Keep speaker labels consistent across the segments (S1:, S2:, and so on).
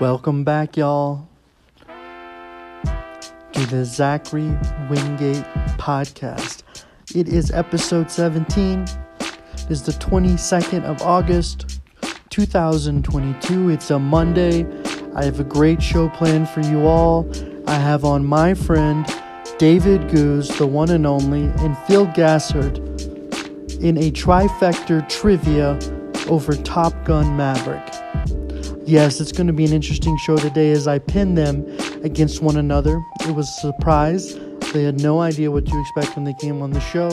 S1: Welcome back, y'all, to the Zachary Wingate podcast. It is episode 17. It is the 22nd of August, 2022. It's a Monday. I have a great show planned for you all. I have on my friend David Goose, the one and only, and Phil Gassard in a trifecta trivia over Top Gun Maverick. Yes, it's going to be an interesting show today as I pin them against one another. It was a surprise. They had no idea what to expect when they came on the show,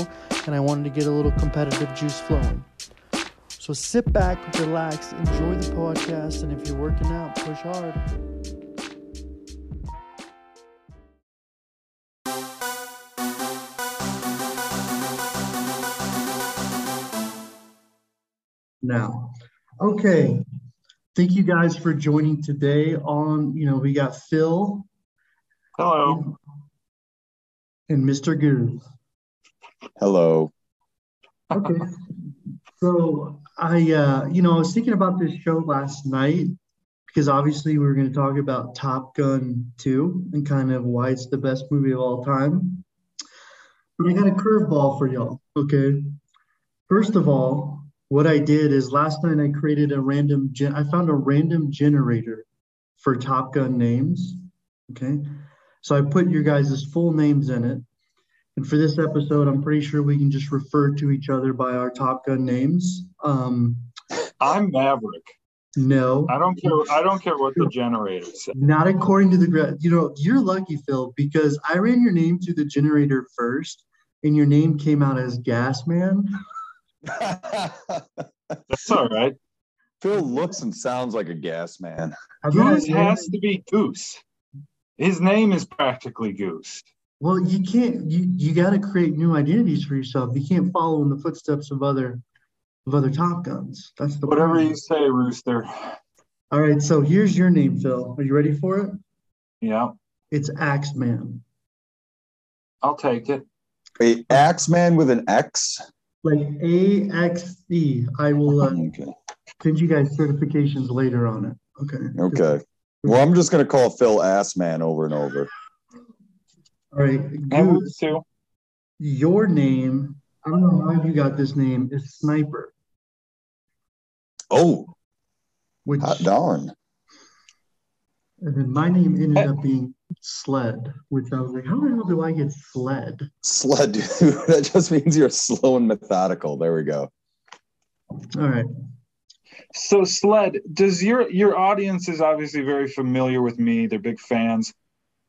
S1: and I wanted to get a little competitive juice flowing. So sit back, relax, enjoy the podcast, and if you're working out, push hard. Now, okay, thank you guys for joining today on you know we got phil
S2: Hello.
S1: and mr goo
S3: Hello.
S1: okay so i uh you know i was thinking about this show last night because obviously we were going to talk about top gun 2 and kind of why it's the best movie of all time but i got a curveball for y'all okay first of all what i did is last night i created a random gen- i found a random generator for top gun names okay so i put your guys' full names in it and for this episode i'm pretty sure we can just refer to each other by our top gun names um,
S2: I'm Maverick.
S1: no
S2: I don't care. I don't care what the generator says.
S1: Not according to the gra- you know you're lucky Phil because I ran your name through the generator first and your name came out as Gas Man.
S2: That's all right.
S3: Phil looks and sounds like a gas man.
S1: I thought
S2: Goose
S1: it was-
S2: has to be Goose. His name is practically Goose.
S1: well you can't you you got to create new identities for yourself. You can't follow in the footsteps of other of other Top Guns. That's the
S2: Whatever
S1: problem.
S2: you say, Rooster.
S1: All right, so here's your name, Phil. Are you ready for it?
S2: Yeah,
S1: It's Axeman.
S2: I'll take it.
S3: A axe man with an X.
S1: Like A X E. I will uh,
S3: Okay.
S1: send you guys certifications later on it. Okay.
S3: Okay. Well, I'm just gonna call Phil ass man over and over.
S1: All right.
S2: And
S1: Goose.
S2: Rooster too.
S1: your name, I don't know how you got this name, is Sniper,
S3: Oh,
S1: which
S3: hot darn.
S1: and then my name ended up being Sled, which I was like, how the hell do I get Sled?
S3: Sled, dude. that just means you're slow and methodical. There we go.
S1: All right.
S2: So Sled, does your your audience is obviously very familiar with me. They're big fans.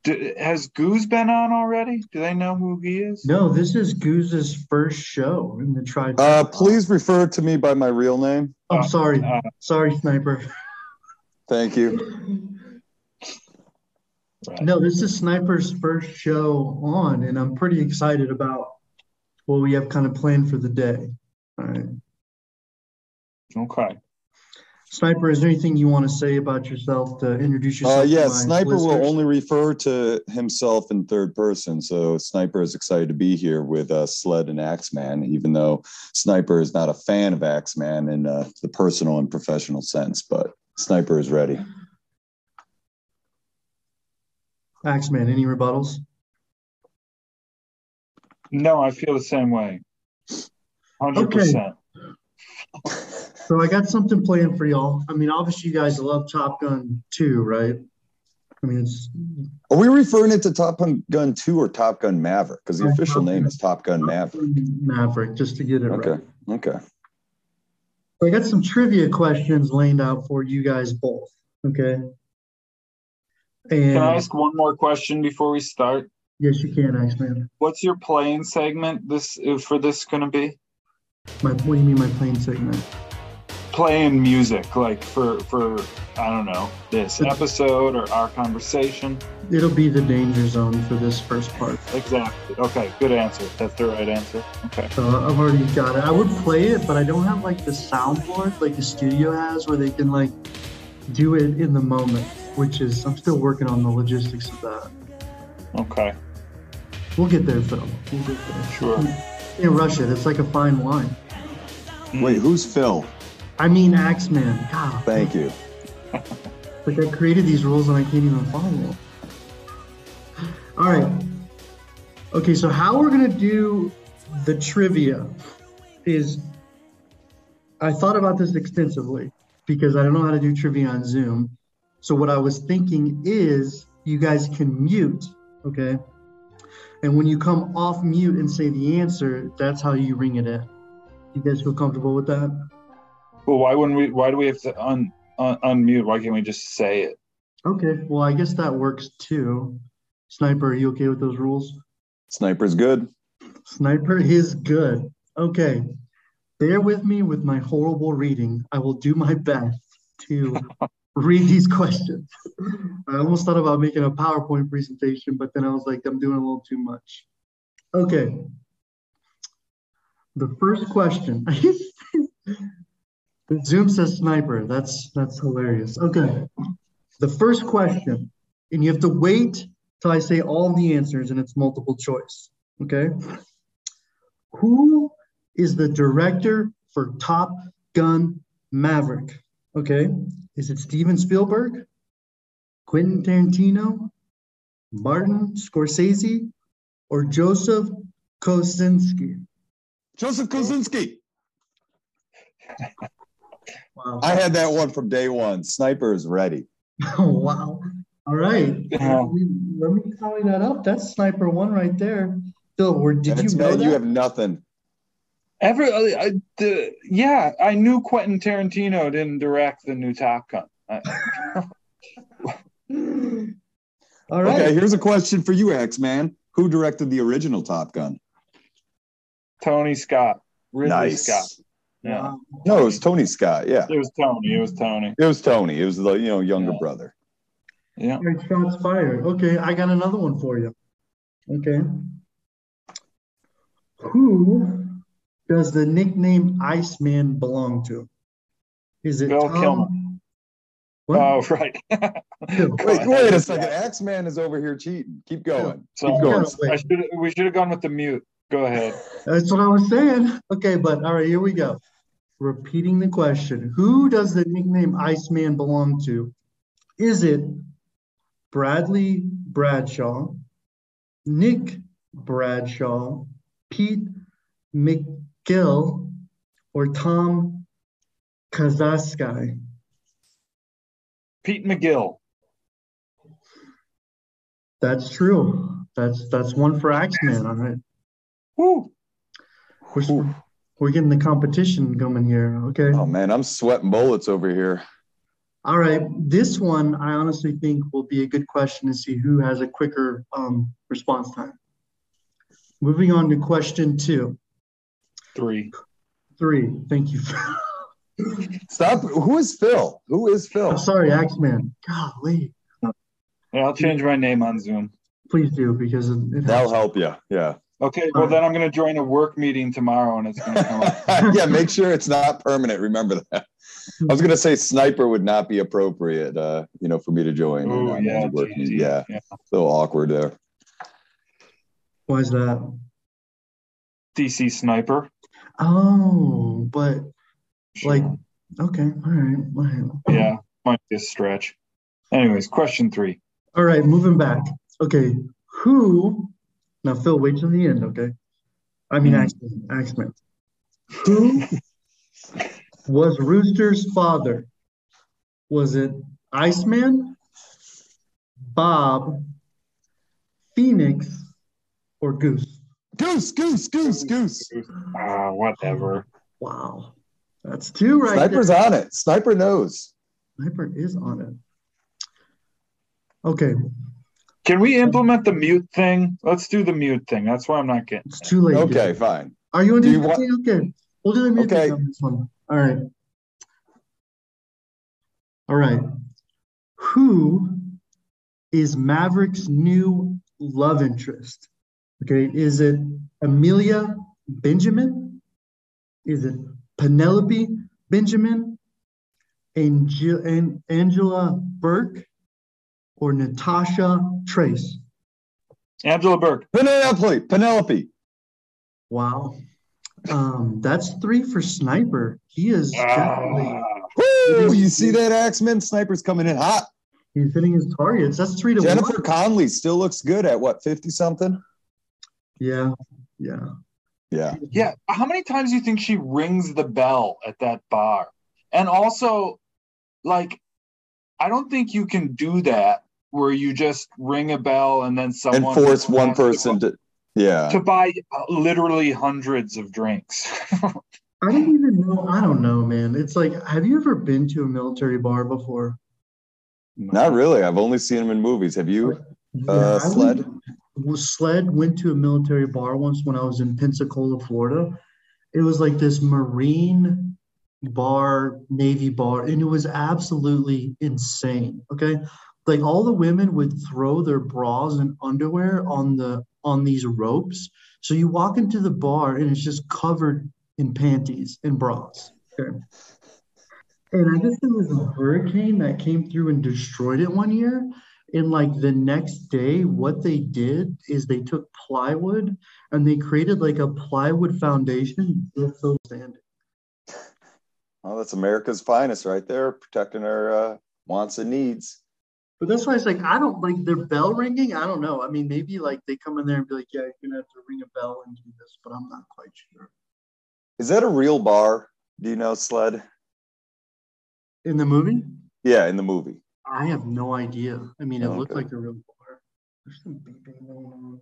S2: Do, has Goose been on already? Do they know who he is?
S1: No, this is Goose's first show in the tribe.
S3: Uh, please refer to me by my real name.
S1: I'm sorry.
S2: Uh,
S1: sorry, Sniper.
S3: Thank you.
S2: right.
S1: No, this is Sniper's first show on, and I'm pretty excited about what we have kind of planned for the day. All right.
S2: Okay.
S1: Sniper, is there anything you want to say about yourself to introduce yourself?
S3: Uh,
S1: to
S3: yeah,
S1: my
S3: Sniper will
S1: listeners?
S3: only refer to himself in third person. So Sniper is excited to be here with uh, Sled and Axeman, even though Sniper is not a fan of Axeman in uh, the personal and professional sense. But Sniper is ready.
S1: Axeman, any rebuttals?
S2: No, I feel the same way. Hundred percent.
S1: So I got something planned for y'all. I mean, obviously you guys love Top Gun too, right? I mean, it's
S3: Are we referring it to Top Gun 2 or Top Gun Maverick? Because the
S1: Uh,
S3: official
S1: Top
S3: name
S1: Gun.
S3: is Top Gun Maverick.
S1: Maverick, just to get it right.
S3: Okay. Okay.
S1: So I got some trivia questions laid out for you guys both. Okay. And
S2: Can I ask one more question before we start?
S1: yes, you can, Axeman.
S2: What's your playing segment this uh, for this going to be?
S1: My, what do you mean, my plane segment?
S2: Playing music, like for for I don't know this episode or our conversation.
S1: It'll be the danger zone for this first part.
S2: Exactly. Okay, good answer. That's the right answer. Okay.
S1: So I've already got it. I would play it, but I don't have like the soundboard like the studio has where they can like do it in the moment, which is, I'm still working on the logistics of that.
S2: Okay.
S1: We'll get there, Phil. We'll get there.
S2: Sure.
S1: Can't rush it. It's like a fine wine.
S3: Wait, who's Phil?
S1: I mean, Axeman. God.
S3: Thank you.
S1: Like I created these rules and I can't even follow them. All right. Okay, so how we're gonna do the trivia is I thought about this extensively because I don't know how to do trivia on Zoom. So what I was thinking is you guys can mute, okay? And when you come off mute and say the answer, that's how you ring it in. You guys feel comfortable with that?
S2: Well, why wouldn't we? Why do we have to un, un unmute? Why can't we just say it?
S1: Okay. Well, I guess that works too. Sniper, are you okay with those rules?
S3: Sniper's good.
S1: Sniper is good. Okay. Bear with me with my horrible reading. I will do my best to read these questions. I almost thought about making a PowerPoint presentation, but then I was like, I'm doing a little too much. Okay. The first question. Zoom says sniper. That's that's hilarious. Okay. The first question, and you have to wait till I say all the answers and it's multiple choice. Okay. Who is the director for Top Gun Maverick? Okay. Is it Steven Spielberg, Quentin Tarantino, Martin Scorsese, or Joseph Kosinski?
S3: Joseph Kosinski.
S1: Wow.
S3: I had that one from day one. Sniper is ready.
S1: Oh, wow. All right.
S2: Yeah.
S1: Let me let me tally that up. That's sniper one right there. Phil, where did
S3: That's
S1: you know
S3: bad.
S1: that?
S3: You have nothing.
S2: Every uh, I, I- the, yeah, I knew Quentin Tarantino didn't direct the new Top Gun. I,
S1: All right.
S3: Okay, here's a question for you, X Man. Who directed the original Top Gun?
S2: Tony Scott, Ridley
S3: nice.
S2: Scott. Yeah,
S1: Wow.
S3: No, it was Tony Scott. Yeah,
S2: it was Tony. It was Tony.
S3: it was Tony. It was the you know younger
S2: Yeah.
S3: brother.
S2: Yeah.
S1: All right, shots fired. Okay, I got another one for you. Okay. Who does the nickname Iceman belong to? Is it
S2: Val
S1: Tom?
S2: Kilmer.
S1: What?
S2: Oh, right.
S1: Phil.
S3: Wait,
S2: God.
S3: wait a second. Axeman is over here cheating. Keep going.
S2: So
S3: Keep going.
S2: I should we should have gone with the mute. Go ahead.
S1: That's what I was saying. Okay, but all right, here we go. Repeating the question Who does the nickname Iceman belong to? Is it Bradley Bradshaw, Nick Bradshaw, Pete McGill, or Tom Kazasky?
S2: Pete McGill.
S1: That's true. That's that's one for Axeman. All right.
S2: Woo.
S1: We're, we're getting the competition going here. Okay.
S3: Oh man, I'm sweating bullets over here.
S1: All right, this one I honestly think will be a good question to see who has a quicker um, response time. Moving on to question two,
S2: Three.
S1: three. Thank you.
S3: Stop. Who is Phil? Who is Phil?
S1: I'm sorry, Axeman. Golly,
S2: Yeah, I'll change my name on Zoom.
S1: please do because it, it
S3: That'll
S1: helps.
S3: help you. Yeah.
S2: Okay. Well, then I'm going to join a work meeting tomorrow, and it's going to come up.
S3: yeah, make sure it's not permanent. Remember that. I was gonna say sniper would not be appropriate, uh, you know, for me to join.
S2: Oh
S3: I'm
S2: yeah,
S3: working.
S2: geez,
S3: yeah,
S2: yeah.
S3: so awkward there.
S1: Why is that?
S2: DC sniper.
S1: Oh, but
S2: Sure.
S1: like, okay, all right, all right.
S2: yeah, might be a stretch. Anyways, question three.
S1: All right, moving back. Okay, who? Now, Phil, wait till the end, okay? I mean,
S3: Mm.
S2: Mhm.
S1: Axeman. Axeman. Who was Rooster's father? Was it Iceman, Bob, Phoenix, or Goose?
S3: Goose, goose, goose, goose.
S2: Ah, whatever.
S1: Wow, that's two right there.
S3: Sniper's on it. Sniper knows.
S1: Sniper is on it. Okay,
S2: Can we implement the mute thing? Let's do the mute thing. That's why I'm not getting.
S1: it's too late. dude.
S3: Okay, fine.
S1: Are you on
S3: Do you
S1: do
S3: want-
S1: Okay. We'll do the music
S3: Okay.
S1: on this one. All right. All right. Who is Maverick's new love interest? Okay. Is it Amelia Benjamin? Is it Penelope Benjamin? Angel- An- Angela Burke? Or Natasha Trace?
S2: Angela Burke.
S3: Penelope, Penelope.
S1: Wow. Um, that's three for Sniper. He is definitely.
S2: Ah,
S3: Woo! You see that, Axeman? Sniper's coming in hot.
S1: He's hitting his targets. That's three to
S3: Jennifer
S1: one.
S3: Conley still looks good at what, 50 something?
S1: Yeah, yeah.
S3: Yeah.
S2: Yeah. How many times do you think she rings the bell at that bar? And also, like, I don't think you can do that where you just ring a bell and then someone
S3: And force one
S2: has to
S3: person to, yeah.
S2: to buy uh, literally hundreds of drinks.
S1: I didn't even know. I don't know, man. It's like, have you ever been to a military bar before?
S3: Not really. I've only seen him in movies. Have you?
S1: Yeah,
S3: Uh,
S1: I went-
S3: sled?
S1: was sled went to a military bar once when I was in Pensacola, Florida. It was like this Marine bar, Navy bar, and it was absolutely insane. Okay. Like all the women would throw their bras and underwear on the on these ropes. So you walk into the bar and it's just covered in panties and bras. Okay. And I guess there was a hurricane that came through and destroyed it one year. And like the next day, what they did is they took plywood and they created like a plywood foundation just so standing.
S3: Oh, that's America's finest right there, protecting our uh, wants and needs.
S1: But that's why it's like, I don't like their bell ringing. I don't know. I mean, maybe like they come in there and be like, yeah, you're going to have to ring a bell and do this, but I'm not quite sure.
S3: Is that a real bar? Do you know, Sled?
S1: In the movie,
S3: Yeah, in the movie.
S1: I have no idea. I mean, it looked
S3: Oh, Okay.
S1: like a real bar. There's some beeping going on.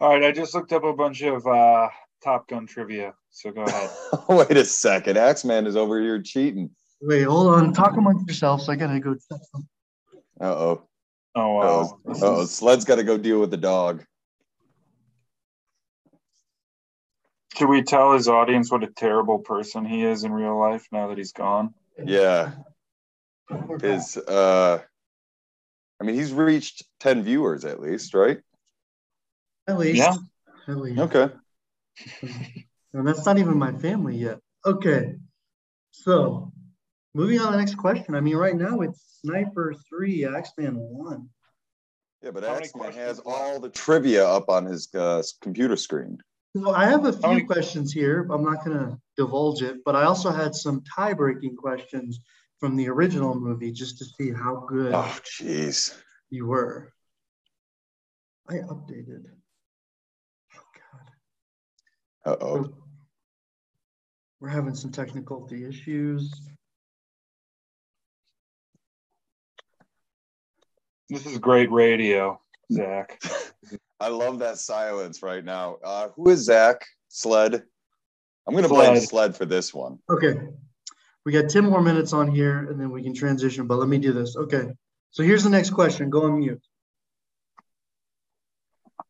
S2: All right. I just looked up a bunch of uh, Top Gun trivia. So go ahead.
S3: Wait a second. Axeman is over here cheating.
S1: Wait, hold on. Talk amongst yourselves. I got to go check something.
S3: Uh oh.
S2: Oh, wow.
S3: Oh,
S2: This
S3: oh,
S2: is-
S3: Sled's got to go deal with the dog.
S2: Should we tell his audience what a terrible person he is in real life now that he's gone?
S3: Yeah,
S1: We're back.
S3: his. Uh, I mean, he's reached ten viewers at least, right?
S1: At least.
S2: Yeah.
S1: At least.
S3: Okay.
S1: And that's not even my family yet. Okay. So moving on to the next question. I mean, right now it's Sniper 3, Axeman 1.
S3: Yeah, but
S2: How many
S3: Axeman has
S2: questions left?
S3: all the trivia up on his uh, computer screen.
S1: So I have a few
S3: Oh.
S2: many-
S1: questions here. I'm not going to divulge it, but I also had some tie breaking questions from the original movie just to see how good
S3: Oh, jeez.
S1: you were. I updated. Oh, God.
S3: Uh oh.
S1: We're having some technical issues.
S2: This is great radio, Zach.
S3: I love that silence right now. Uh, who is Zach Sled? I'm gonna blame
S2: Sled.
S3: Sled for this one.
S1: Okay. We got 10 more minutes on here and then we can transition, but let me do this. Okay. So here's the next question. Go on mute.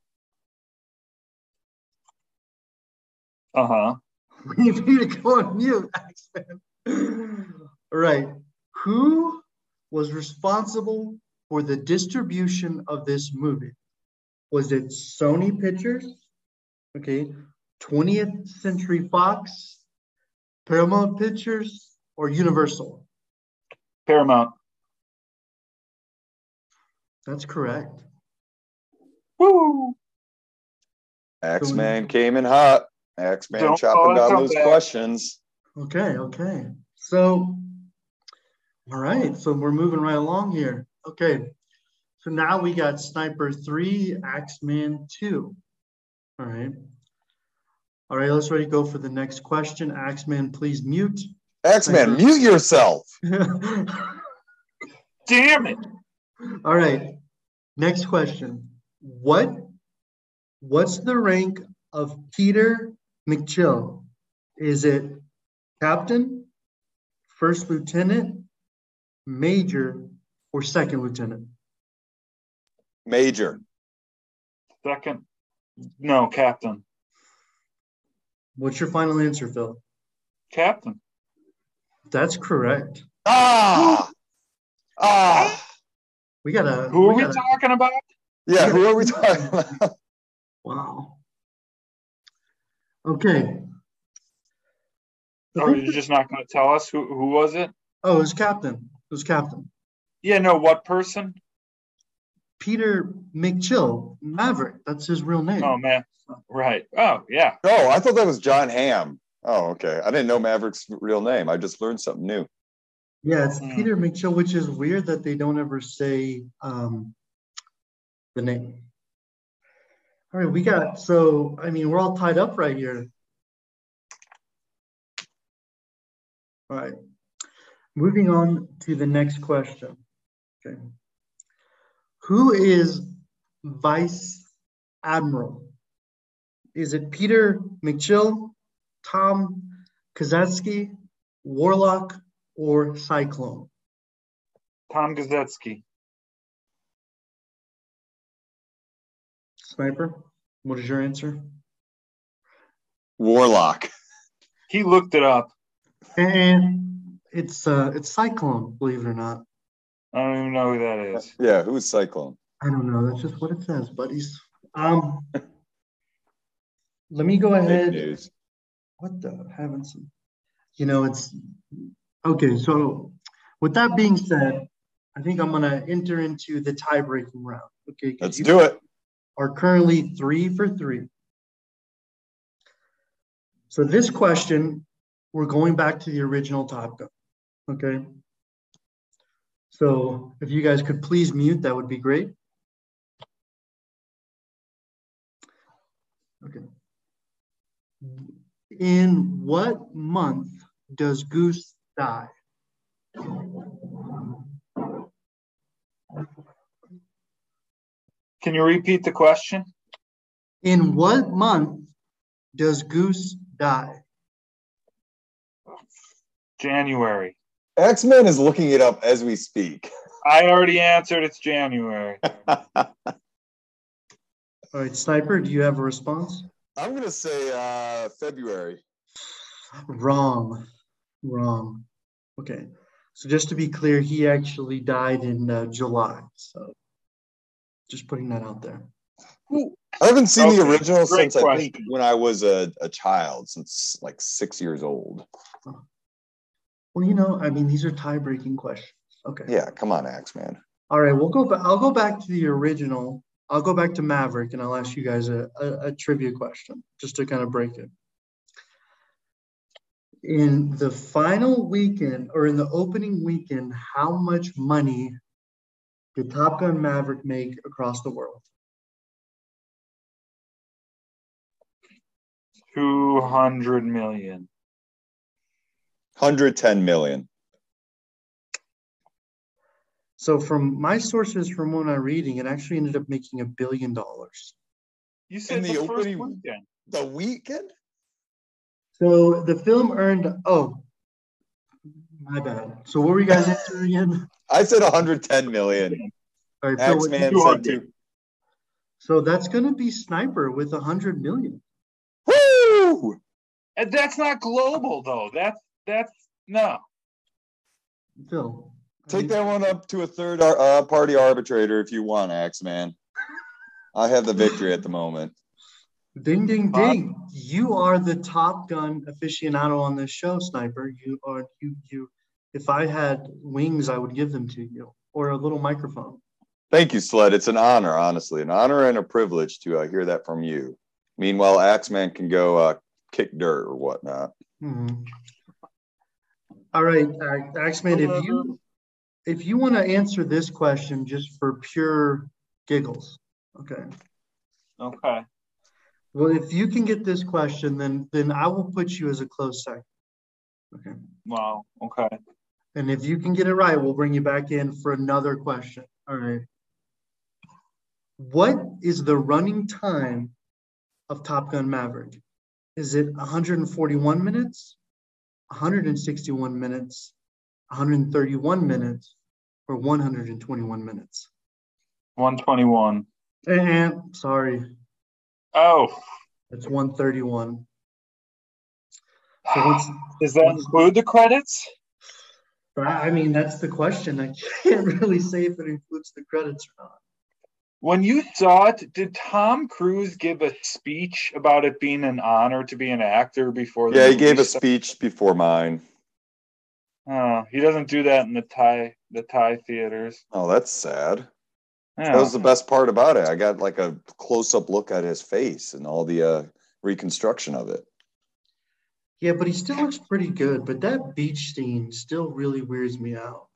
S2: Uh huh.
S1: We need you to go on mute, Axman. All right. Who was responsible for the distribution of this movie? Was it Sony Pictures? Okay. 20th Century Fox, Paramount Pictures, or Universal?
S2: Paramount.
S1: That's correct.
S2: Woo!
S3: Axeman came in hot. Axeman
S2: Don't
S3: chopping
S2: call it
S3: down those
S2: comeback.
S3: questions.
S1: Okay, okay. So, all right, so we're moving right along here. Okay, so now we got Sniper 3, Axeman 2. All right. All right, let's ready to go for the next question. Axeman, please mute.
S3: Axeman, mute yourself.
S1: all
S2: Damn it!
S1: right, next question. What what's the rank of Peter McChill? Is it captain, first lieutenant, major, or second lieutenant?
S3: Major.
S2: Second. No, Captain.
S1: What's your final answer, Phil?
S2: Captain.
S1: That's correct.
S3: Ah! Ah!
S1: We gotta.
S2: Who are we
S1: gotta-
S2: talking about?
S3: Yeah, who are we talking about?
S1: Wow. Okay.
S2: Or are you just not going to tell us who, who was it?
S1: Oh, it was captain. It was captain.
S2: Yeah, no, what person?
S1: Peter McChill, Maverick. That's his real name.
S2: Oh, man. Right. Oh, yeah.
S3: Oh, I thought that was John Hamm. Oh, okay. I didn't know Maverick's real name. I just learned something new.
S1: Yeah, it's
S2: Mm.
S1: Peter Mitchell, which is weird that they don't ever say um, the name. All right, we got so I mean we're all tied up right here. All right, moving on to the next question. Okay, who is Vice Admiral? Is it Peter McChill, Tom Kazatsky, Warlock, or Cyclone?
S2: Tom Gazetsky.
S1: Sniper, what is your answer?
S3: Warlock.
S2: He looked it up.
S1: And it's uh, it's Cyclone, believe it or not.
S2: I don't even know who that is.
S3: Yeah, who's Cyclone?
S1: I don't know. That's just what it says, buddies. Um, let me go
S3: Fake
S1: ahead.
S3: news.
S1: What the haven't seen? You know, it's okay. So, with that being said, I think I'm gonna enter into the tie-breaking round. Okay, 'cause
S3: Let's
S1: you
S3: do it.
S1: are currently three for three. So this question, we're going back to the original topic. Okay. So if you guys could please mute, that would be great. Okay. In what month does Goose die?
S2: Can you repeat the question?
S1: In what month does Goose die?
S2: January.
S3: X Men is looking it up as we speak.
S2: I already answered. It's January.
S1: All right, Sniper, do you have a response?
S3: I'm gonna say uh, February.
S1: Wrong. Wrong. Okay. So just to be clear, he actually died in uh, July. So just putting that out there.
S3: I haven't seen the
S2: Okay,
S3: original
S2: great
S3: since I think
S2: question.
S3: when I was a, a child, since like six years old.
S1: Well, you know, I mean, these are tie-breaking questions. Okay.
S3: Yeah, come on, Axe Man.
S1: All right. We'll go back. I'll go back to the original. I'll go back to Maverick and I'll ask you guys a, a, a trivia question just to kind of break it. In the final weekend or in the opening weekend, how much money did Top Gun Maverick make across the world?
S2: 200 million.
S3: 110 million.
S1: So from my sources from when I'm reading, it actually ended up making a billion dollars.
S2: You said
S3: In
S2: the,
S3: the
S2: first
S3: opening-
S2: weekend.
S3: The weekend?
S1: So the film earned oh my bad. So what were you guys answering again?
S3: I said 110 million.
S1: All right, Phil,
S3: Axe
S1: what-
S3: Man said
S2: 200.
S3: two.
S1: so that's gonna be Sniper with a hundred million.
S3: Woo!
S2: And that's not global though. That's that's no.
S1: Phil. I
S3: Take
S1: mean,
S3: that one up to a third ar- uh, party arbitrator if you want, Axe Man. I have the victory at the moment.
S1: Ding ding ding. You are the top gun aficionado on this show, Sniper. You are you you if I had wings, I would give them to you or a little microphone.
S3: Thank you, Sled. It's an honor, honestly, an honor and a privilege to uh, hear that from you. Meanwhile, Axeman can go uh, kick dirt or whatnot.
S1: Mhm. All right, Ax- Axeman, if you if you want to answer this question just for pure giggles, okay.
S2: Okay.
S1: Well, if you can get this question, then then I will put you as a close second. Okay.
S2: Wow. Okay.
S1: And if you can get it right, we'll bring you back in for another question. All right. What is the running time of Top Gun Maverick? Is it 141 minutes, 161 minutes, 131 minutes, or 121 minutes?
S2: 121.
S1: Eh, sorry,
S2: Oh.
S1: it's 131. So what's,
S2: Does that include the credits?
S1: I I mean, that's the question. I can't really say if it includes the credits or not.
S2: When you saw it, did Tom Cruise give a speech about it being an honor to be an actor before? the
S3: Yeah, he
S2: movie
S3: gave a
S2: started?
S3: speech before mine.
S2: Oh, he doesn't do that in the Thai the Thai theaters. Oh,
S3: Oh, that's sad. That
S2: Yeah.
S3: was the best part about it. I got like a close up look at his face and all the uh, reconstruction of it.
S1: Yeah, but he still looks pretty good. But that beach scene still really weirds me out.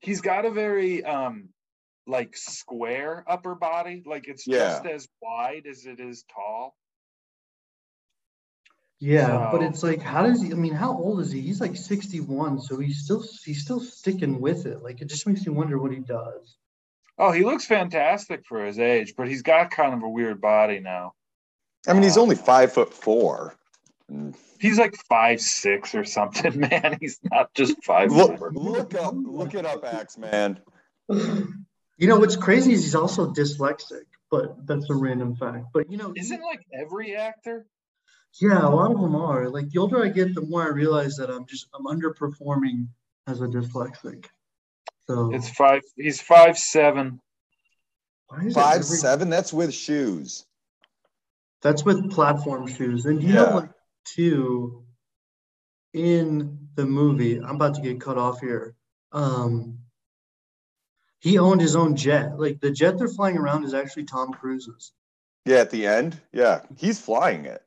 S2: He's got a very um like square upper body, like it's
S3: Yeah.
S2: just as wide as it is tall.
S1: Yeah, but
S2: So-
S1: it's like, how does he? I mean, how old is he? He's like 61, so he's still he's still sticking with it. Like it just makes me wonder what he does.
S2: Oh, he looks fantastic for his age, but he's got kind of a weird body now.
S3: I mean, he's only five foot four. And
S2: He's like five six or something, man. He's not just five
S3: Look,
S2: four.
S3: look up, look it up, Axeman.
S1: You know what's crazy is he's also dyslexic, but that's a random fact. But you know,
S2: Isn't like every actor?
S1: yeah, a lot of them are. Like the older I get, the more I realize that I'm just I'm underperforming as a dyslexic. So
S2: It's five. He's five seven.
S1: why is it
S3: Five
S1: every-
S3: seven. That's with shoes.
S1: That's with platform shoes. And you
S3: Yeah.
S1: know, like, too, in the movie, I'm about to get cut off here. Um, he owned his own jet. Like, the jet they're flying around is actually Tom Cruise's.
S3: Yeah, at the end. Yeah, he's flying it.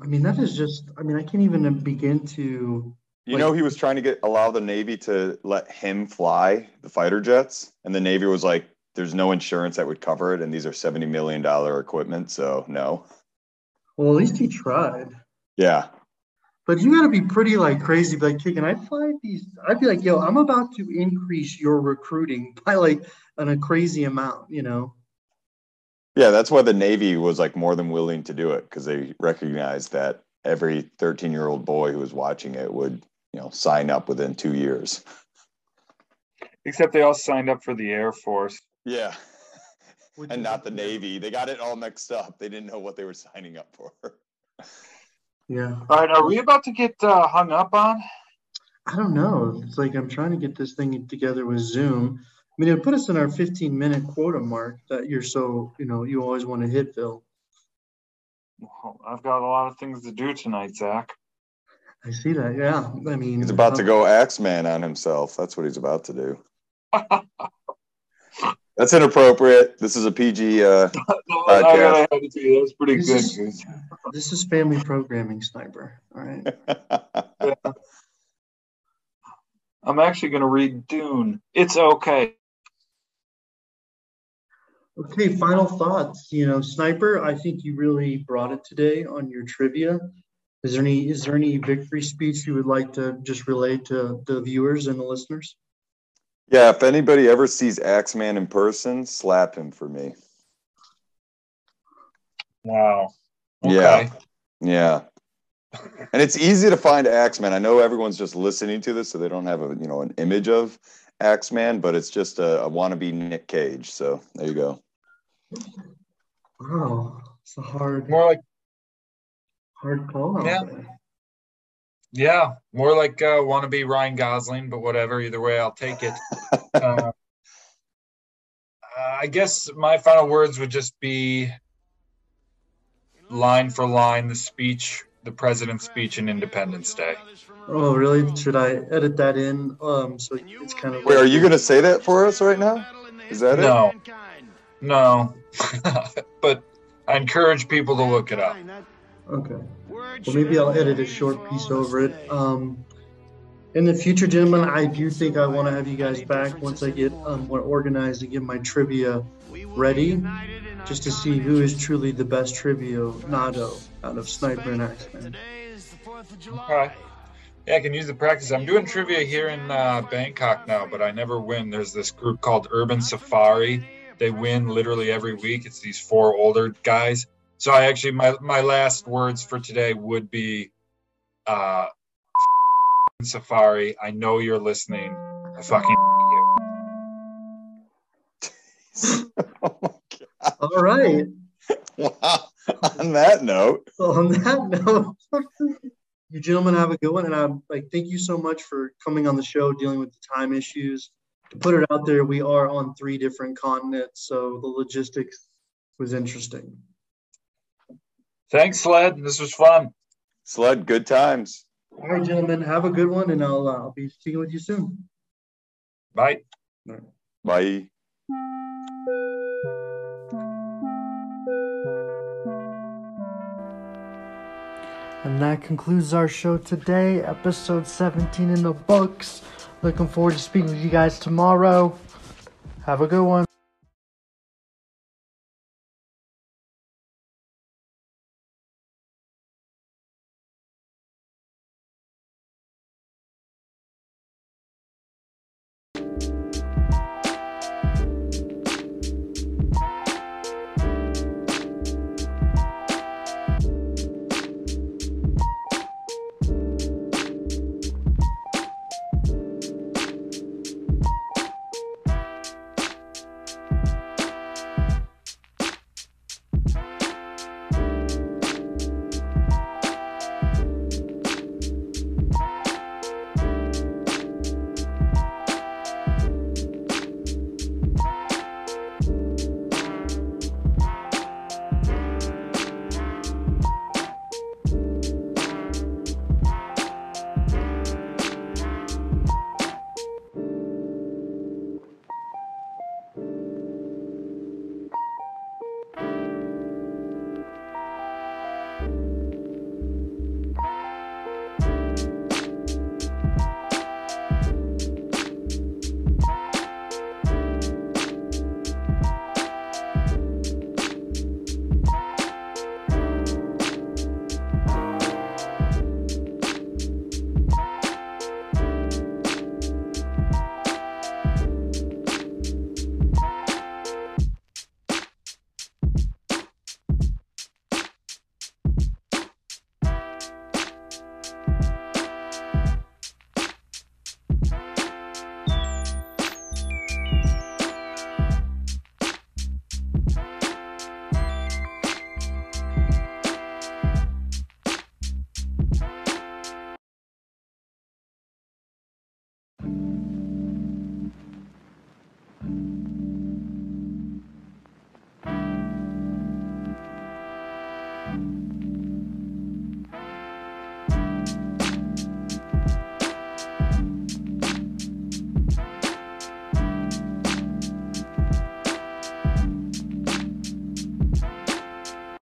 S1: I mean, that is just, I mean, I can't even begin to,
S3: You
S1: Like-
S3: know, he was trying to get allow the Navy to let him fly the fighter jets, and the Navy was like, "There's no insurance that would cover it, and these are seventy million dollar equipment, so no."
S1: well, at least he tried.
S3: Yeah,
S1: But you got to be pretty like crazy, be like, "Hey, can I fly these? I'd be like, yo, I'm about to increase your recruiting by like an, a crazy amount, you know?
S3: yeah, that's why the Navy was like more than willing to do it because they recognized that every thirteen year old boy who was watching it would, you know, sign up within two years.
S2: Except they all signed up for the Air Force.
S3: Yeah,
S1: Which
S3: and
S1: is-
S3: not the Navy. They got it all mixed up. They didn't know what they were signing up for.
S1: Yeah.
S2: All right, are we about to get uh, hung up on?
S1: I don't know. It's like I'm trying to get this thing together with Zoom. I mean, it put us in our 15 minute quota mark that you're so, you know, you always want to hit, Phil.
S2: Well, I've got a lot of things to do tonight, Zach.
S1: I see that. Yeah. I mean,
S3: He's about to
S1: uh,
S3: go Axeman on himself. That's what he's about to do. That's inappropriate. This is a PG. Uh,
S2: No,
S3: Podcast.
S2: I gotta hand it to you. That's pretty
S1: This
S2: good.
S1: is-
S2: Goose.
S1: uh, This is family programming sniper. All right.
S2: I'm actually gonna read Dune. It's okay.
S1: Okay. Final thoughts. You know, sniper, I think you really brought it today on your trivia. Is there any is there any victory speech you would like to just relate to the viewers and the listeners?
S3: yeah, if anybody ever sees Axeman in person, slap him for me.
S2: Wow.
S3: Yeah. Yeah. And it's easy to find Axeman. I know everyone's just listening to this, so they don't have a you know an image of Axeman, but it's just a, a wannabe Nick Cage. So there you go.
S1: Wow. It's a hard
S2: More like
S1: hard call out
S2: Yeah.
S1: there.
S2: yeah, more like uh, wannabe Ryan Gosling, but whatever. Either way, I'll take it. uh, I guess my final words would just be line for line the speech, the president's speech in Independence Day.
S1: Oh, really? Should I edit that in? Um, so it's kind of.
S3: Wait, are you gonna say that for us right now? Is that it?
S2: No, no, but I encourage people to look it up.
S1: Okay. Well, maybe I'll edit a short piece over it. Um, in the future, gentlemen, I do think I want to have you guys back once I get um, more organized and get my trivia ready, just to see who is truly the best trivia nado out of Sniper and Axeman.
S2: All right. Yeah, I can use the practice. I'm doing trivia here in uh, Bangkok now, but I never win. There's this group called Urban Safari. They win literally every week. It's these four older guys. So I actually my my last words for today would be, uh, Safari. I know you're listening. I fucking you.
S3: oh my
S1: All right.
S3: Wow. On that note,
S1: So on that note, you gentlemen have a good one, and I'm like, thank you so much for coming on the show, dealing with the time issues. To put it out there, we are on three different continents, so the logistics was interesting.
S2: Thanks, Led. This was fun.
S3: Sled, good times.
S1: All right, gentlemen, have a good one, and I'll uh, I'll be speaking with you soon.
S2: Bye.
S3: Bye.
S1: that concludes our show today, episode 17 in the books. Looking forward to speaking with you guys tomorrow. Have a good one.